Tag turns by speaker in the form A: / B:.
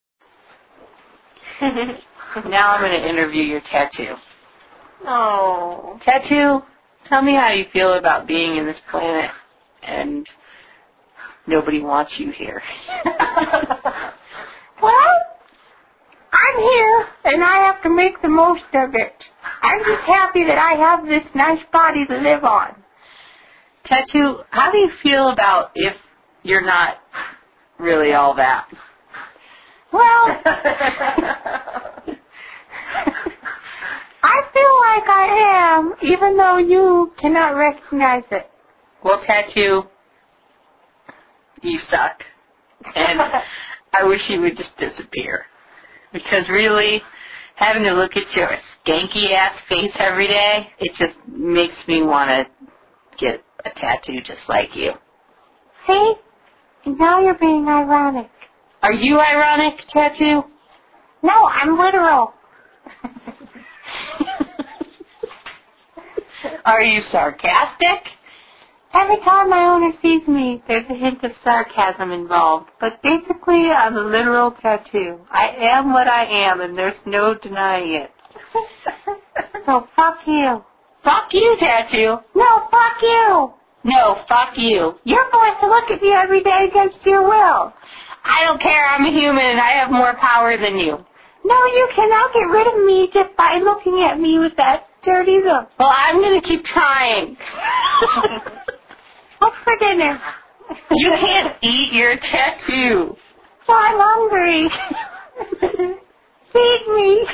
A: now I'm going to interview your tattoo.
B: oh.
A: Tattoo, tell me how you feel about being in this planet and nobody wants you here.
B: well, I'm here and I have to make the most of it. I'm just happy that I have this nice body to live on.
A: Tattoo, how do you feel about if you're not really all that?
B: Well, I feel like I am, even though you cannot recognize it.
A: Well, Tattoo, you suck. And I wish you would just disappear. Because really, having to look at your skanky ass face every day, it just makes me want to get a tattoo just like you.
B: See? And now you're being ironic.
A: Are you ironic, Tattoo?
B: No, I'm literal.
A: Are you sarcastic?
B: Every time my owner sees me, there's a hint of sarcasm involved. But basically, I'm a literal tattoo. I am what I am, and there's no denying it. so fuck you.
A: Fuck you, Tattoo.
B: No, fuck you!
A: No, fuck you.
B: You're forced to look at me every day against your will.
A: I don't care. I'm a human and I have more power than you.
B: No, you cannot get rid of me just by looking at me with that dirty look.
A: Well, I'm going to keep trying.
B: What's for dinner?
A: you can't eat your tattoo.
B: So I'm hungry. Feed me.